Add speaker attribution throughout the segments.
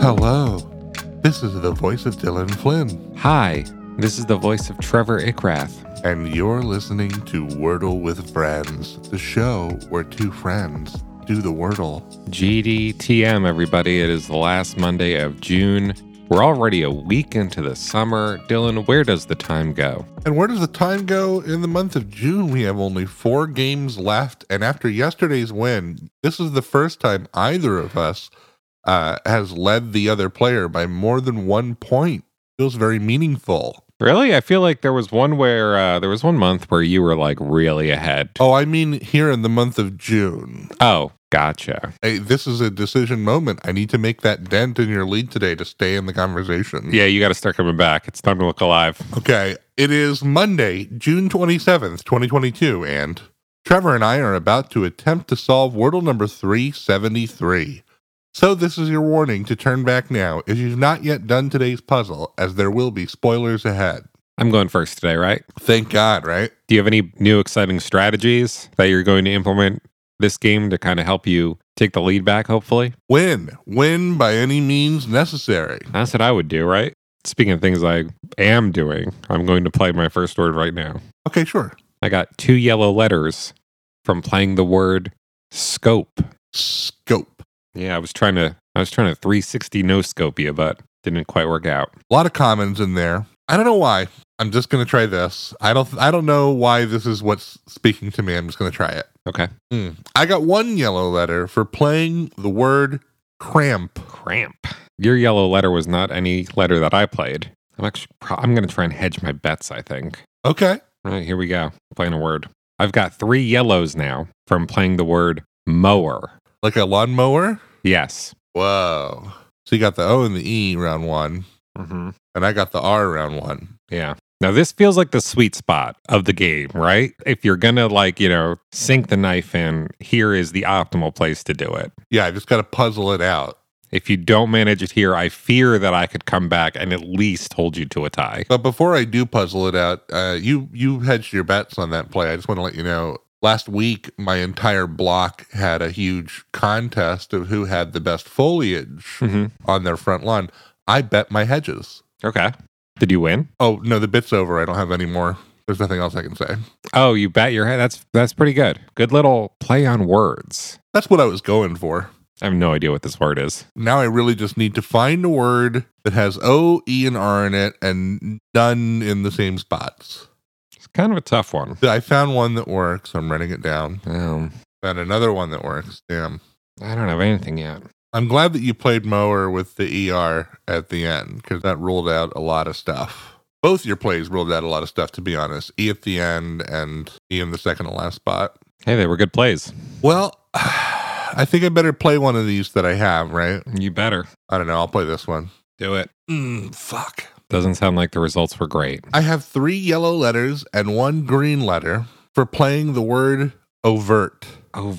Speaker 1: Hello. This is the voice of Dylan Flynn,
Speaker 2: Hi, this is the voice of Trevor Ickrath.
Speaker 1: and you're listening to Wordle with Friends, the show where two friends do the Wordle.
Speaker 2: GDTM, everybody. It is the last Monday of June. We're already a week into the summer. Dylan, where does the time go?
Speaker 1: And where does the time go? In the month of June, we have only four games left. And after yesterday's win, this is the first time either of us uh, has led the other player by more than one point. Feels very meaningful.
Speaker 2: Really? I feel like there was one where, uh, there was one month where you were like really ahead.
Speaker 1: Oh, I mean, here in the month of June.
Speaker 2: Oh, gotcha.
Speaker 1: Hey, this is a decision moment. I need to make that dent in your lead today to stay in the conversation.
Speaker 2: Yeah, you got to start coming back. It's time to look alive.
Speaker 1: Okay. It is Monday, June 27th, 2022, and Trevor and I are about to attempt to solve Wordle number 373. So, this is your warning to turn back now if you've not yet done today's puzzle, as there will be spoilers ahead.
Speaker 2: I'm going first today, right?
Speaker 1: Thank God, right?
Speaker 2: Do you have any new exciting strategies that you're going to implement this game to kind of help you take the lead back, hopefully?
Speaker 1: Win. Win by any means necessary.
Speaker 2: That's what I would do, right? Speaking of things I am doing, I'm going to play my first word right now.
Speaker 1: Okay, sure.
Speaker 2: I got two yellow letters from playing the word scope.
Speaker 1: Scope.
Speaker 2: Yeah, I was trying to I was trying to 360 no scope you, but didn't quite work out.
Speaker 1: A lot of commons in there. I don't know why. I'm just gonna try this. I don't. I don't know why this is what's speaking to me. I'm just gonna try it.
Speaker 2: Okay.
Speaker 1: Hmm. I got one yellow letter for playing the word cramp.
Speaker 2: Cramp. Your yellow letter was not any letter that I played. I'm actually pro- I'm going to try and hedge my bets, I think.
Speaker 1: Okay.
Speaker 2: All right, here we go. Playing a word. I've got 3 yellows now from playing the word mower.
Speaker 1: Like a lawnmower.
Speaker 2: Yes.
Speaker 1: Whoa. So you got the O and the E round one,
Speaker 2: Mhm.
Speaker 1: and I got the R round one.
Speaker 2: Yeah. Now this feels like the sweet spot of the game, right? If you're gonna like, you know, sink the knife in, here is the optimal place to do it.
Speaker 1: Yeah, I just gotta puzzle it out.
Speaker 2: If you don't manage it here, I fear that I could come back and at least hold you to a tie.
Speaker 1: But before I do puzzle it out, uh, you you hedged your bets on that play. I just want to let you know. Last week, my entire block had a huge contest of who had the best foliage
Speaker 2: hmm
Speaker 1: on their front lawn. I bet my hedges.
Speaker 2: Okay. Did you win?
Speaker 1: Oh no, the bit's over. I don't have any more. There's nothing else I can say.
Speaker 2: Oh, you bet your head. That's that's pretty good. Good little play on words.
Speaker 1: That's what I was going for.
Speaker 2: I have no idea what this word is.
Speaker 1: Now I really just need to find a word that has O, E, and R in it and none in the same spots.
Speaker 2: It's kind of a tough one.
Speaker 1: I found one that works. I'm writing it down.
Speaker 2: Um,
Speaker 1: Found another one that works. Damn.
Speaker 2: I don't have anything yet.
Speaker 1: I'm glad that you played mower with the ER at the end because that ruled out a lot of stuff. Both your plays ruled out a lot of stuff, to be honest. E at the end and E in the second to last spot.
Speaker 2: Hey, they were good plays.
Speaker 1: Well, I think I better play one of these that I have, right?
Speaker 2: You better
Speaker 1: I don't know. I'll play this one.
Speaker 2: do it.
Speaker 1: Mm, fuck.
Speaker 2: Doesn't sound like the results were great.
Speaker 1: I have three yellow letters and one green letter for playing the word overt.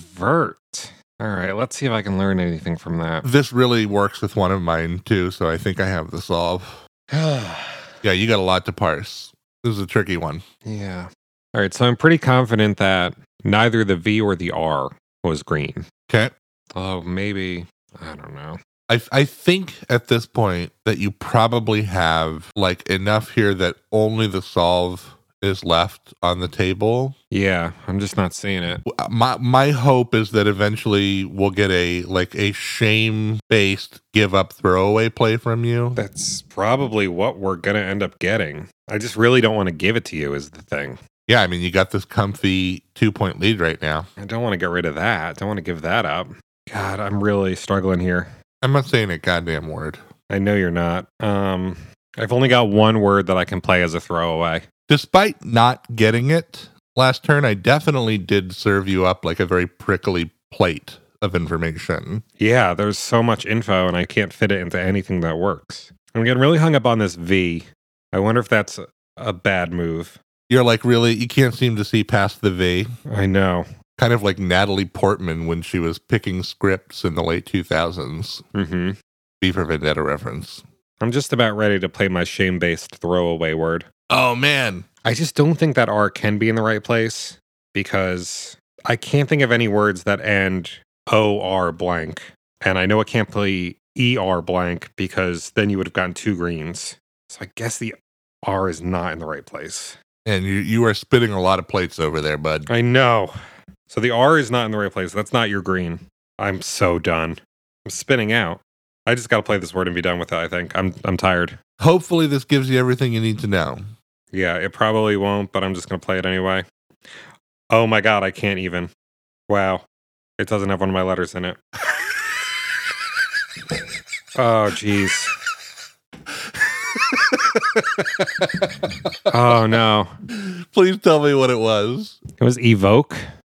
Speaker 2: overt. All right, let's see if I can learn anything from that.
Speaker 1: This really works with one of mine too, so I think I have the solve. Yeah, you got a lot to parse. This is a tricky one.
Speaker 2: yeah. All right, so I'm pretty confident that neither the V or the R was green.
Speaker 1: Okay.
Speaker 2: Oh, maybe I don't know.
Speaker 1: I, I think at this point that you probably have like enough here that only the solve is left on the table.
Speaker 2: Yeah, I'm just not seeing it.
Speaker 1: W- My my hope is that eventually we'll get a like a shame based give up throwaway play from you.
Speaker 2: That's probably what we're gonna end up getting. I just really don't want to give it to you. Is the thing.
Speaker 1: Yeah, I mean you got this comfy two point lead right now.
Speaker 2: I don't want to get rid of that. Don't want to give that up. God, I'm really struggling here.
Speaker 1: I'm not saying a goddamn word.
Speaker 2: I know you're not. Um, I've only got one word that I can play as a throwaway.
Speaker 1: Despite not getting it last turn, I definitely did serve you up like a very prickly plate of information.
Speaker 2: Yeah, there's so much info and I can't fit it into anything that works. I'm getting really hung up on this V. I wonder if that's a- a bad move.
Speaker 1: You're like really you can't seem to see past the V.
Speaker 2: I know.
Speaker 1: kind of like Natalie Portman when she was picking scripts in the late 2000s.
Speaker 2: hmm
Speaker 1: B for Vendetta reference.
Speaker 2: I'm just about ready to play my shame based throwaway word.
Speaker 1: Oh man.
Speaker 2: I just don't think that R can be in the right place because I can't think of any words that end OR blank. And I know it can't be ER blank because then you would have gotten two greens. So I guess the R is not in the right place.
Speaker 1: And you, you are spitting a lot of plates over there, bud.
Speaker 2: I know. So the R is not in the right place. That's not your green. I'm so done. I'm spinning out. I just got to play this word and be done with it, I think. I'm I'm tired.
Speaker 1: Hopefully, this gives you everything you need to know.
Speaker 2: Yeah, it probably won't, but I'm just going to play it anyway. Oh my god, I can't even. Wow. It doesn't have one of my letters in it. oh jeez. Oh no.
Speaker 1: Please tell me what it was.
Speaker 2: It was evoke.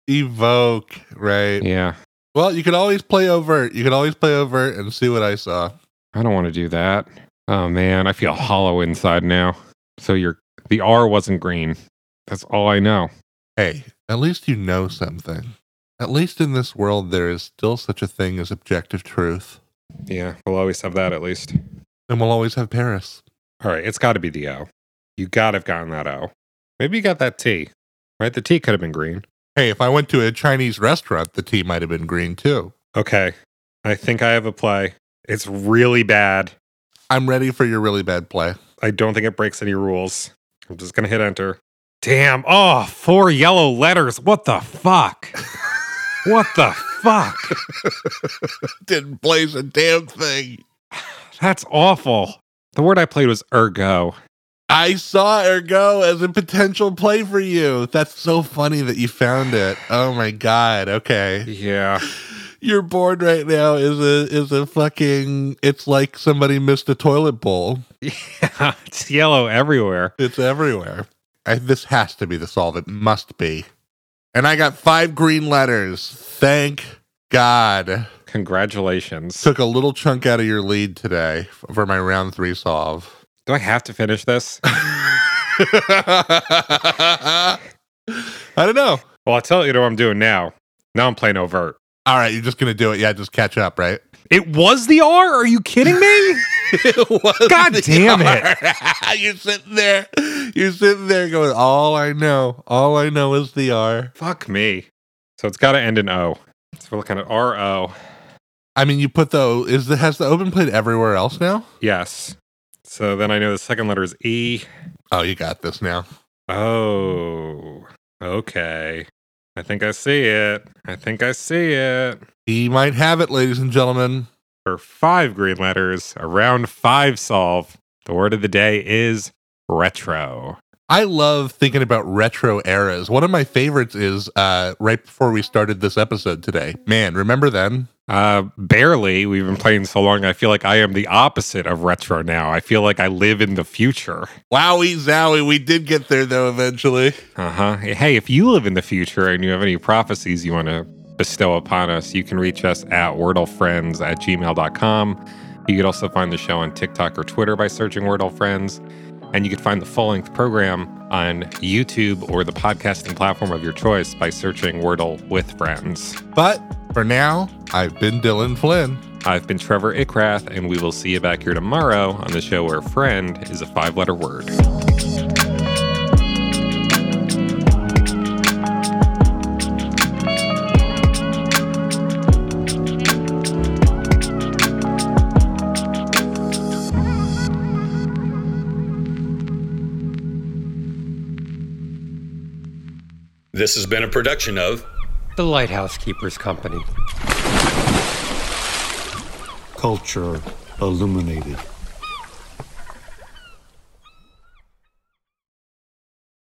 Speaker 1: Evoke, right?
Speaker 2: Yeah.
Speaker 1: Well, you can always play overt. You can always play overt and see what I saw.
Speaker 2: I don't want to do that. Oh man, I feel hollow inside now. So your the R wasn't green. That's all I know.
Speaker 1: Hey, at least you know something. At least in this world, there is still such a thing as objective truth.
Speaker 2: Yeah, we'll always have that at least.
Speaker 1: And we'll always have Paris.
Speaker 2: All right, it's got to be the O. You got to have gotten that O. Maybe you got that T. Right? The T could have been green.
Speaker 1: Hey, if I went to a Chinese restaurant, the tea might have been green too.
Speaker 2: Okay. I think I have a play. It's really bad.
Speaker 1: I'm ready for your really bad play.
Speaker 2: I don't think it breaks any rules. I'm just going to hit enter. Damn. Oh, four yellow letters. What the fuck? what the fuck?
Speaker 1: Didn't place a damn thing.
Speaker 2: That's awful. The word I played was ergo.
Speaker 1: I saw Ergo as a potential play for you. That's so funny that you found it. Oh my god. Okay.
Speaker 2: Yeah.
Speaker 1: Your board right now is a is a fucking it's like somebody missed a toilet bowl.
Speaker 2: Yeah. It's yellow everywhere.
Speaker 1: It's everywhere. I, this has to be the solve. It must be. And I got five green letters. Thank God.
Speaker 2: Congratulations.
Speaker 1: Took a little chunk out of your lead today for my round three solve.
Speaker 2: Do I have to finish this?
Speaker 1: I don't know.
Speaker 2: Well, I'll tell you what I'm doing now. Now I'm playing overt.
Speaker 1: All right, you're just gonna do it. Yeah, just catch up, right?
Speaker 2: It was the R? Are you kidding me?
Speaker 1: it was
Speaker 2: God
Speaker 1: the
Speaker 2: damn it.
Speaker 1: R. you're sitting there. You're sitting there going, all I know, all I know is the R.
Speaker 2: Fuck me. So it's got to end in O. So we're looking at R O.
Speaker 1: I mean, you put the is the has the open played everywhere else now?
Speaker 2: Yes. So then I know the second letter is E.
Speaker 1: Oh, you got this now.
Speaker 2: Oh, okay. I think I see it. I think I see it.
Speaker 1: He might have it, ladies and gentlemen.
Speaker 2: For five green letters, around five solve. The word of the day is retro.
Speaker 1: I love thinking about retro eras. One of my favorites is uh, right before we started this episode today. Man, remember then?
Speaker 2: Uh, barely. We've been playing so long. I feel like I am the opposite of retro now. I feel like I live in the future.
Speaker 1: Wowie zowie, we did get there though eventually.
Speaker 2: Uh huh. Hey, if you live in the future and you have any prophecies you want to bestow upon us, you can reach us at wordlefriends at gmail.com. You could also find the show on TikTok or Twitter by searching Wordle Friends. And you can find the full length program on YouTube or the podcasting platform of your choice by searching Wordle with Friends.
Speaker 1: But for now, I've been Dylan Flynn.
Speaker 2: I've been Trevor Ickrath, and we will see you back here tomorrow on the show where friend is a five letter word.
Speaker 3: This has been a production of
Speaker 4: The Lighthouse Keepers Company.
Speaker 5: culture illuminated.